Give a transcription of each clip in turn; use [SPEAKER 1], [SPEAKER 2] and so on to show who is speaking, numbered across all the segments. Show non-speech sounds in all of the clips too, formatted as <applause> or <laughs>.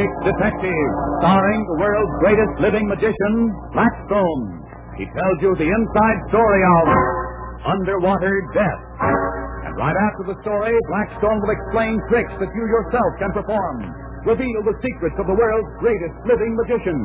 [SPEAKER 1] Detective, starring the world's greatest living magician, Blackstone. He tells you the inside story of Underwater Death. And right after the story, Blackstone will explain tricks that you yourself can perform, reveal the secrets of the world's greatest living magician.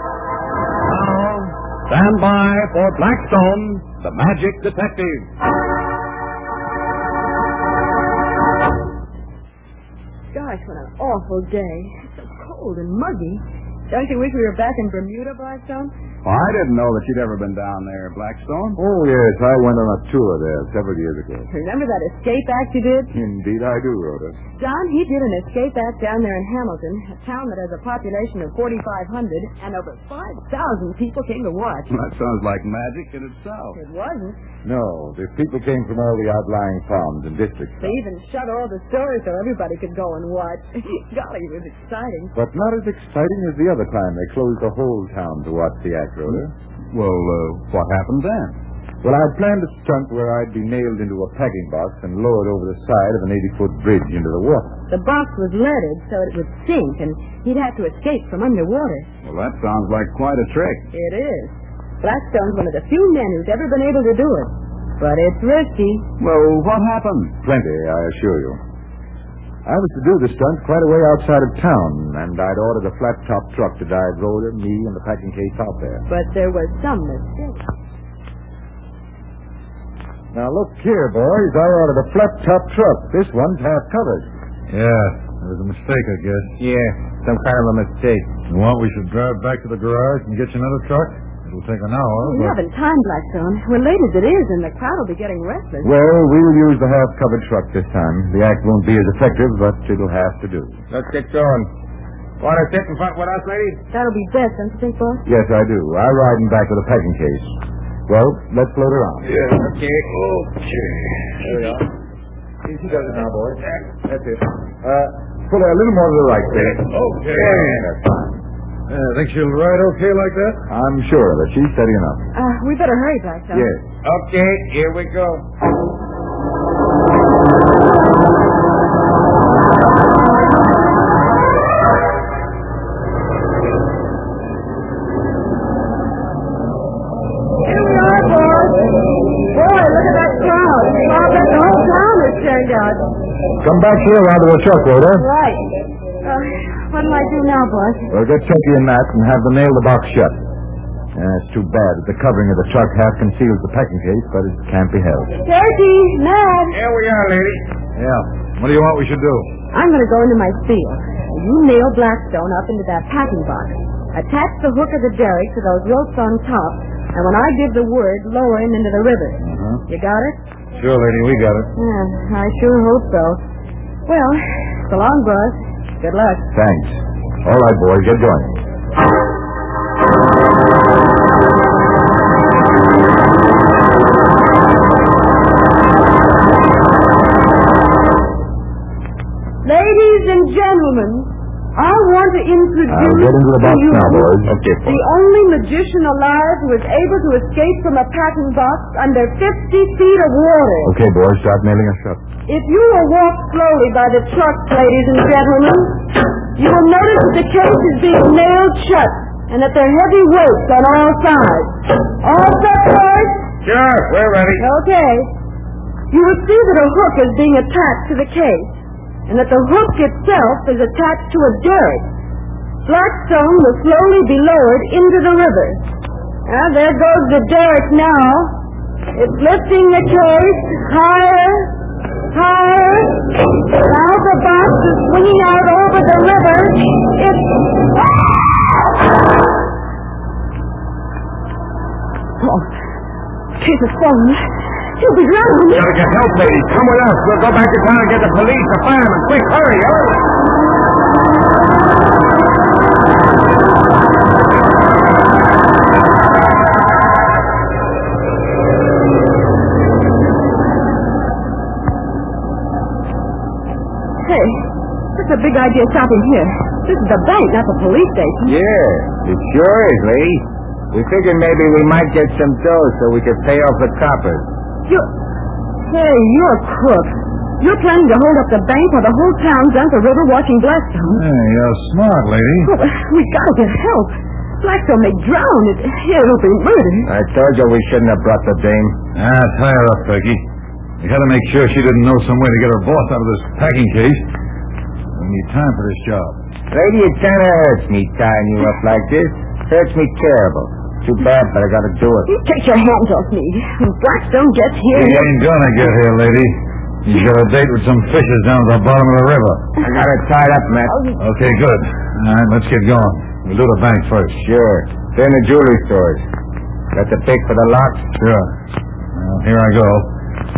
[SPEAKER 1] Now, stand by for Blackstone, the magic detective.
[SPEAKER 2] Gosh, what an awful day. It's so cold and muggy. Don't you wish we were back in Bermuda, Blackstone?
[SPEAKER 3] Well, Oh, I didn't know that you'd ever been down there, Blackstone.
[SPEAKER 4] Oh, yes, I went on a tour there several years ago.
[SPEAKER 2] Remember that escape act you did?
[SPEAKER 4] Indeed, I do, Rhoda.
[SPEAKER 2] Don, he did an escape act down there in Hamilton, a town that has a population of 4,500, and over 5,000 people came to
[SPEAKER 4] <laughs>
[SPEAKER 3] <laughs>
[SPEAKER 2] watch.
[SPEAKER 3] That sounds like magic in itself.
[SPEAKER 2] It wasn't.
[SPEAKER 4] No, the people came from all the outlying farms and districts.
[SPEAKER 2] They even shut all the stores so everybody could go and watch. <laughs> Golly, it was exciting.
[SPEAKER 4] But not as exciting as the other time they closed the whole town to watch the act, Rhoda.
[SPEAKER 3] Well, uh, what happened then?
[SPEAKER 4] Well, I'd planned a stunt where I'd be nailed into a packing box and lowered over the side of an 80-foot bridge into the water.
[SPEAKER 2] The box was leaded so it would sink, and he'd have to escape from underwater.
[SPEAKER 3] Well, that sounds like quite a trick.
[SPEAKER 2] It is. Blackstone's one of the few men who's ever been able to do it. But it's risky.
[SPEAKER 3] Well, what happened?
[SPEAKER 4] Plenty, I assure you. I was to do the stunt quite a way outside of town, and I'd ordered a flat-top truck to drive Rhoda, me, and the packing case out there.
[SPEAKER 2] But there was some mistake.
[SPEAKER 4] Now, look here, boys. I ordered a flat-top truck. This one's half covered.
[SPEAKER 5] Yeah, there was a mistake, I guess.
[SPEAKER 3] Yeah, some kind of a mistake.
[SPEAKER 5] You want we should drive back to the garage and get you another truck? It'll take an hour,
[SPEAKER 2] We
[SPEAKER 5] but...
[SPEAKER 2] haven't time, Blackstone. We're late as it is, and the crowd will be getting restless.
[SPEAKER 4] Well, we'll use the half-covered truck this time. The act won't be as effective, but it'll have to do.
[SPEAKER 3] Let's get going. Want to sit in front with us, lady?
[SPEAKER 2] That'll be best, don't you think, boss?
[SPEAKER 4] Yes, I do. I ride him back with a packing case. Well, let's load her on.
[SPEAKER 3] Yeah. Okay. Okay.
[SPEAKER 4] There we are. Easy does it now, boy. That's it. Uh, pull her a little more to the right there.
[SPEAKER 3] Okay.
[SPEAKER 4] Yeah, that's fine.
[SPEAKER 5] Yeah, think she'll ride okay like that?
[SPEAKER 4] I'm sure of it. She's steady enough.
[SPEAKER 2] Uh, we better hurry, Blackstone.
[SPEAKER 4] Yes.
[SPEAKER 3] Okay, here we go.
[SPEAKER 2] Here we are, boss. Boy, look at that crowd. I bet the whole town has turned out.
[SPEAKER 4] Come back here onto the truck, Rhoda.
[SPEAKER 2] Right. Uh, what'll I do now, boss?
[SPEAKER 4] Well, get Chunky and Matt and have them nail the box shut. Yeah, it's too bad that the covering of the truck half conceals the packing case, but it can't be helped.
[SPEAKER 2] Turkey, Ned.
[SPEAKER 3] Here we are, lady.
[SPEAKER 5] Yeah. What do you want we should do?
[SPEAKER 2] I'm going to go into my field. You nail Blackstone up into that packing box. Attach the hook of the derrick to those ropes on top, and when I give the word, lower him into the river.
[SPEAKER 4] Uh-huh.
[SPEAKER 2] You got it?
[SPEAKER 5] Sure, lady, we got it.
[SPEAKER 2] Yeah, I sure hope so. Well, so long, boss. Good luck.
[SPEAKER 4] Thanks. All right, boys, get going.
[SPEAKER 2] Ladies and gentlemen, I want to introduce
[SPEAKER 4] I'll get into the box
[SPEAKER 2] to you
[SPEAKER 4] now, boys. Okay,
[SPEAKER 2] the only magician alive who is able to escape from a packing box under 50 feet of water.
[SPEAKER 4] Okay, boys, start nailing us up.
[SPEAKER 2] If you will walk slowly by the truck, ladies and gentlemen, you will notice that the case is being nailed shut and that there are heavy weights on all sides. All set, boys?
[SPEAKER 3] Sure, we're ready.
[SPEAKER 2] Okay. You will see that a hook is being attached to the case and that the hook itself is attached to a derrick. Blackstone will slowly be lowered into the river. Ah, there goes the derrick now. It's lifting the case higher, higher. Now the box is swinging out over the river. It's... Ah! Oh, she's a phone. She'll be drowned.
[SPEAKER 3] Gotta get help, lady. Come with us. We'll go back to town and get the police, the firemen. Quick, hurry, hurry.
[SPEAKER 2] idea stopping here. This is the bank, not the police station.
[SPEAKER 3] Yeah, it sure is, Lee. We figured maybe we might get some dough so we could pay off the coppers.
[SPEAKER 2] You... Hey, you're a crook. You're planning to hold up the bank while the whole town's down the river watching Blackstone.
[SPEAKER 5] Hey, you're smart, lady.
[SPEAKER 3] <laughs>
[SPEAKER 2] Oh, we gotta get help. Blackstone may drown. It, it'll be murder.
[SPEAKER 3] I told you we shouldn't have brought the dame.
[SPEAKER 5] Ah, tie her up, Becky. You gotta make sure she didn't know some way to get her boss out of this packing case. We need time for this job.
[SPEAKER 3] Lady, it kind of hurts me tying you up like this. Hurts me terrible. Too bad, but I gotta do it.
[SPEAKER 2] You take your hands off me. When Blackstone gets here,
[SPEAKER 5] You ain't gonna get here, lady. You got a date with some fishes down at the bottom of the river.
[SPEAKER 3] I got it tied up, Matt.
[SPEAKER 5] Okay, good. All right, let's get going. We'll do the bank first.
[SPEAKER 3] Sure. They're in the jewelry stores. Got the pick for the locks?
[SPEAKER 5] Sure. Well, here I go.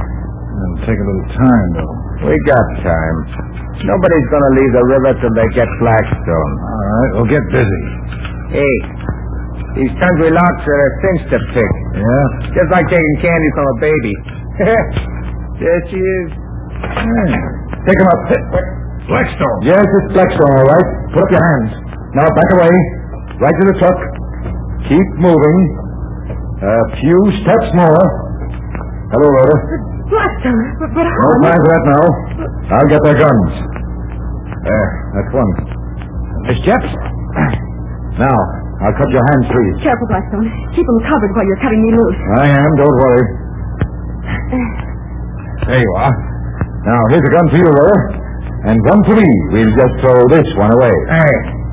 [SPEAKER 5] It'll take a little time, though.
[SPEAKER 3] We got time. Nobody's gonna leave the river till they get Blackstone.
[SPEAKER 5] All right, we'll get busy.
[SPEAKER 3] Hey, these country locks are things to pick.
[SPEAKER 5] Yeah?
[SPEAKER 3] Just like taking candy from a baby. <laughs> there she is.
[SPEAKER 4] Hmm.
[SPEAKER 5] Pick him up. Blackstone.
[SPEAKER 4] Yes, it's Blackstone, all right. Put up your hands. Now back away. Right to the truck. Keep moving. A few steps more. Hello, Rhoda.
[SPEAKER 2] Blackstone. But, but how?
[SPEAKER 4] Don't mind that now. I'll get their guns. There, that's one. Miss Jeps? <clears throat> Now, I'll cut your hands free.
[SPEAKER 2] Careful, Blackstone. Keep him covered while you're cutting me loose.
[SPEAKER 4] I am, don't worry. There you are. Now, here's a gun for you, Rhoda. And one for me. We'll just throw this one away.
[SPEAKER 3] Hey,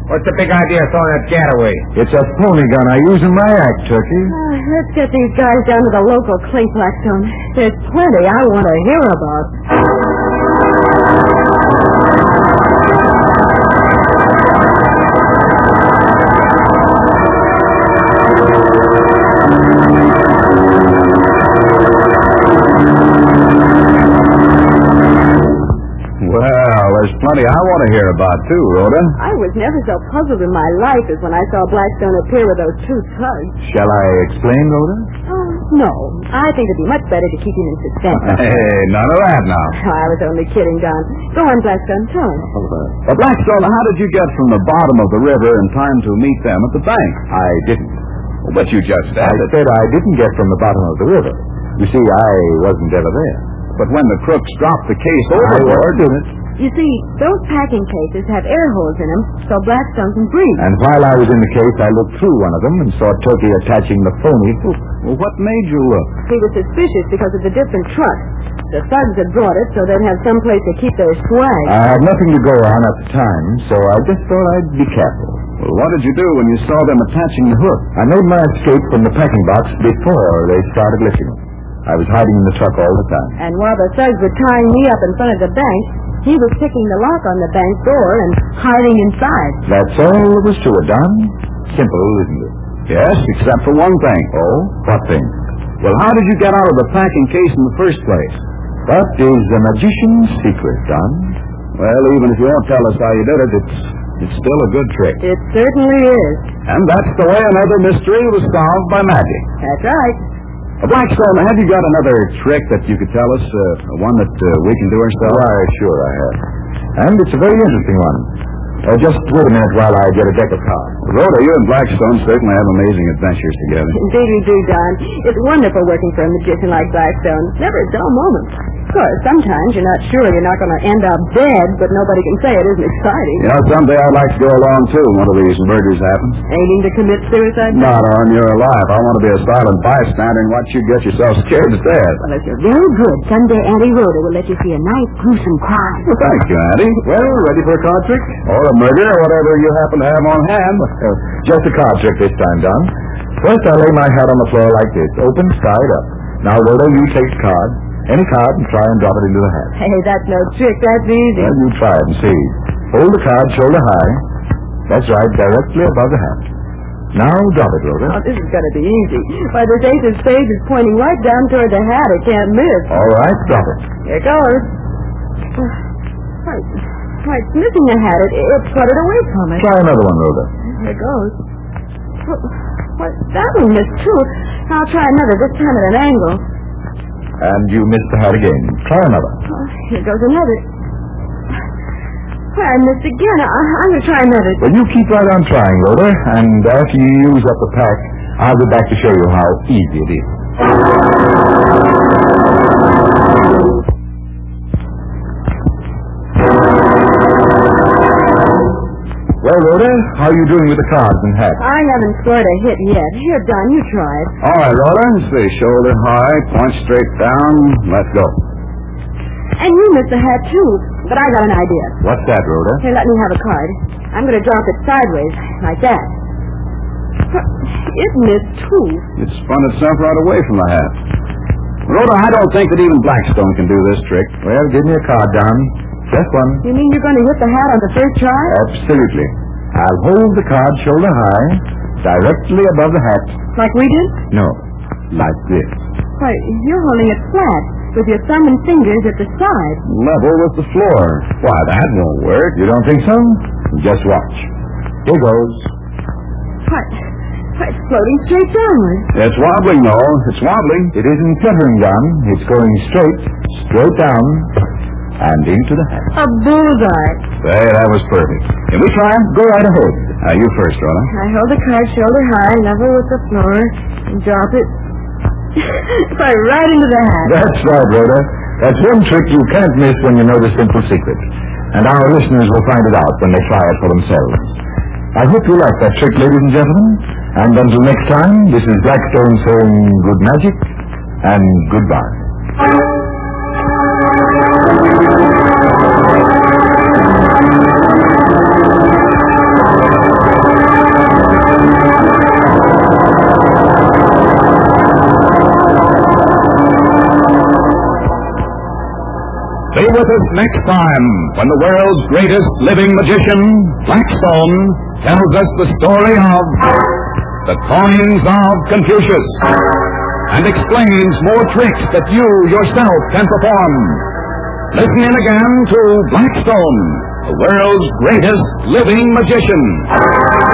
[SPEAKER 3] what's the big idea of throwing that gat away?
[SPEAKER 4] It's a phony gun I use in my act, Turkey.
[SPEAKER 2] Ah, let's get these guys down to the local clink, Blackstone. There's plenty I want to hear about.
[SPEAKER 4] Well, there's plenty I want to hear about, too, Rhoda.
[SPEAKER 2] I was never so puzzled in my life as when I saw Blackstone appear with those two thugs.
[SPEAKER 4] Shall I explain, Rhoda?
[SPEAKER 2] Oh, no. I think it'd be much better to keep him in suspense.
[SPEAKER 4] <laughs> hey, none of that now.
[SPEAKER 2] Oh, <laughs> I was only kidding, Don. Go on, Blackstone. Tell him.
[SPEAKER 1] But Blackstone, how did you get from the bottom of the river in time to meet them at the bank?
[SPEAKER 4] I didn't.
[SPEAKER 1] But you just said
[SPEAKER 4] I
[SPEAKER 1] that.
[SPEAKER 4] said I didn't get from the bottom of the river. You see, I wasn't ever there.
[SPEAKER 1] But when the crooks dropped the case
[SPEAKER 4] I
[SPEAKER 1] overboard,
[SPEAKER 4] wasn't in it.
[SPEAKER 2] You see, those packing cases have air holes in them so Blackstone can breathe.
[SPEAKER 4] And while I was in the case, I looked through one of them and saw Turkey attaching the phony hook.
[SPEAKER 1] well, what made you look?
[SPEAKER 2] He was suspicious because of the different truck. The thugs had brought it so they'd have some place to keep their swag.
[SPEAKER 4] I had nothing to go on at the time, so I just thought I'd be careful.
[SPEAKER 1] Well, what did you do when you saw them attaching the hook?
[SPEAKER 4] I made my escape from the packing box before they started lifting. it. I was hiding in the truck all the time.
[SPEAKER 2] And while the thugs were tying me up in front of the bank, he was picking the lock on the bank door and hiding inside.
[SPEAKER 4] That's all there was to it, Don. Simple, isn't it?
[SPEAKER 1] Yes, except for one thing.
[SPEAKER 4] Oh, what thing?
[SPEAKER 1] Well, how did you get out of the packing case in the first place?
[SPEAKER 4] That is the magician's secret, Don.
[SPEAKER 1] Well, even if you won't tell us how you did it, it's it's still a good trick.
[SPEAKER 2] It certainly is.
[SPEAKER 1] And that's the way another mystery was solved by magic.
[SPEAKER 2] That's right.
[SPEAKER 1] Uh, Blackstone, have you got another trick that you could tell us? Uh, one that uh, we can do ourselves?
[SPEAKER 4] Why, sure I have. And it's a very interesting one. Uh, just wait a minute while I get a deck of cards.
[SPEAKER 1] Rhoda, you and Blackstone certainly have amazing adventures together.
[SPEAKER 2] Indeed we do, Don. It's wonderful working for a magician like Blackstone. Never a dull moment. Of course, sometimes you're not sure you're not going to end up dead, but nobody can say it isn't exciting.
[SPEAKER 1] You know, someday I'd like to go along too when one of these murders happens.
[SPEAKER 2] Aiming to commit suicide?
[SPEAKER 1] Not on your life. I want to be a silent bystander and watch you get yourself scared to death.
[SPEAKER 2] Well, if you're very good, someday Auntie Rhoda will let you see a nice, gruesome crime. <laughs>
[SPEAKER 1] Well, thank you, Addie. Well, ready for a card trick? Or a murder, or whatever you happen to have on hand.
[SPEAKER 4] Uh, just a card trick this time, Don. First, I lay my hat on the floor like this, open side up. Now, Rhoda, you take the card, any card, and try and drop it into the hat.
[SPEAKER 2] Hey, that's no trick. That's easy.
[SPEAKER 4] Well, you try it and see. Hold the card shoulder high. That's right, directly above the hat. Now, drop it, Rhoda.
[SPEAKER 2] Oh, this is going to be easy. Why, this ace of spades is pointing right down toward the hat. It can't miss.
[SPEAKER 4] All right, drop it.
[SPEAKER 2] Here goes. <sighs> Why, why, it's missing the hat. It, it fluttered away from it.
[SPEAKER 4] Try another one, Rhoda.
[SPEAKER 2] Here goes. Well, well, that one missed, too. I'll try another, this time at an angle.
[SPEAKER 4] And you missed the hat again. Try another.
[SPEAKER 2] Oh, Here goes another. try this again. I, I'm going to try another.
[SPEAKER 4] Well, you keep right on trying, Lola, and after you use up the pack, I'll be back to show you how easy it is. Well, Lola, how are you doing with the cards and hat?
[SPEAKER 2] I haven't scored a hit yet. Here, Don, you try it.
[SPEAKER 3] All right, Rollins. Say shoulder high, point straight down. Let's go.
[SPEAKER 2] And you missed a hat, too. But I got an idea.
[SPEAKER 4] What's that, Rhoda?
[SPEAKER 2] Here, let me have a card. I'm going to drop it sideways, like that. It missed, too.
[SPEAKER 3] It spun itself right away from the hat. Rhoda, I don't think that even Blackstone can do this trick.
[SPEAKER 4] Well, give me a card, Don. Just one.
[SPEAKER 2] You mean you're going to hit the hat on the first try?
[SPEAKER 4] Absolutely. I'll hold the card shoulder high, directly above the hat.
[SPEAKER 2] Like we did?
[SPEAKER 4] No, like this.
[SPEAKER 2] Why, you're holding it flat, with your thumb and fingers at the side.
[SPEAKER 3] Level with the floor. Why, that won't work.
[SPEAKER 4] You don't think so?
[SPEAKER 3] Just watch.
[SPEAKER 4] Here goes.
[SPEAKER 2] Why, why it's floating straight downward.
[SPEAKER 3] It's wobbling, though. It's wobbling.
[SPEAKER 4] It isn't fluttering, John. It's going straight, straight down, and into the hat.
[SPEAKER 2] A bullseye.
[SPEAKER 3] Say, that was perfect. Can we try? 'em?
[SPEAKER 4] Go right ahead.
[SPEAKER 3] Now, you first, Rhoda.
[SPEAKER 2] I hold the card shoulder high, level with the floor, and drop it. <laughs> Why, right into the hat.
[SPEAKER 4] That's right, Rhoda. That's one trick you can't miss when you know the simple secret. And our listeners will find it out when they try it for themselves. I hope you like that trick, ladies and gentlemen. And until next time, this is Blackstone saying good magic and goodbye.
[SPEAKER 1] Be with us next time when the world's greatest living magician, Blackstone, tells us the story of the coins of Confucius and explains more tricks that you yourself can perform. Listen in again to Blackstone, the world's greatest living magician.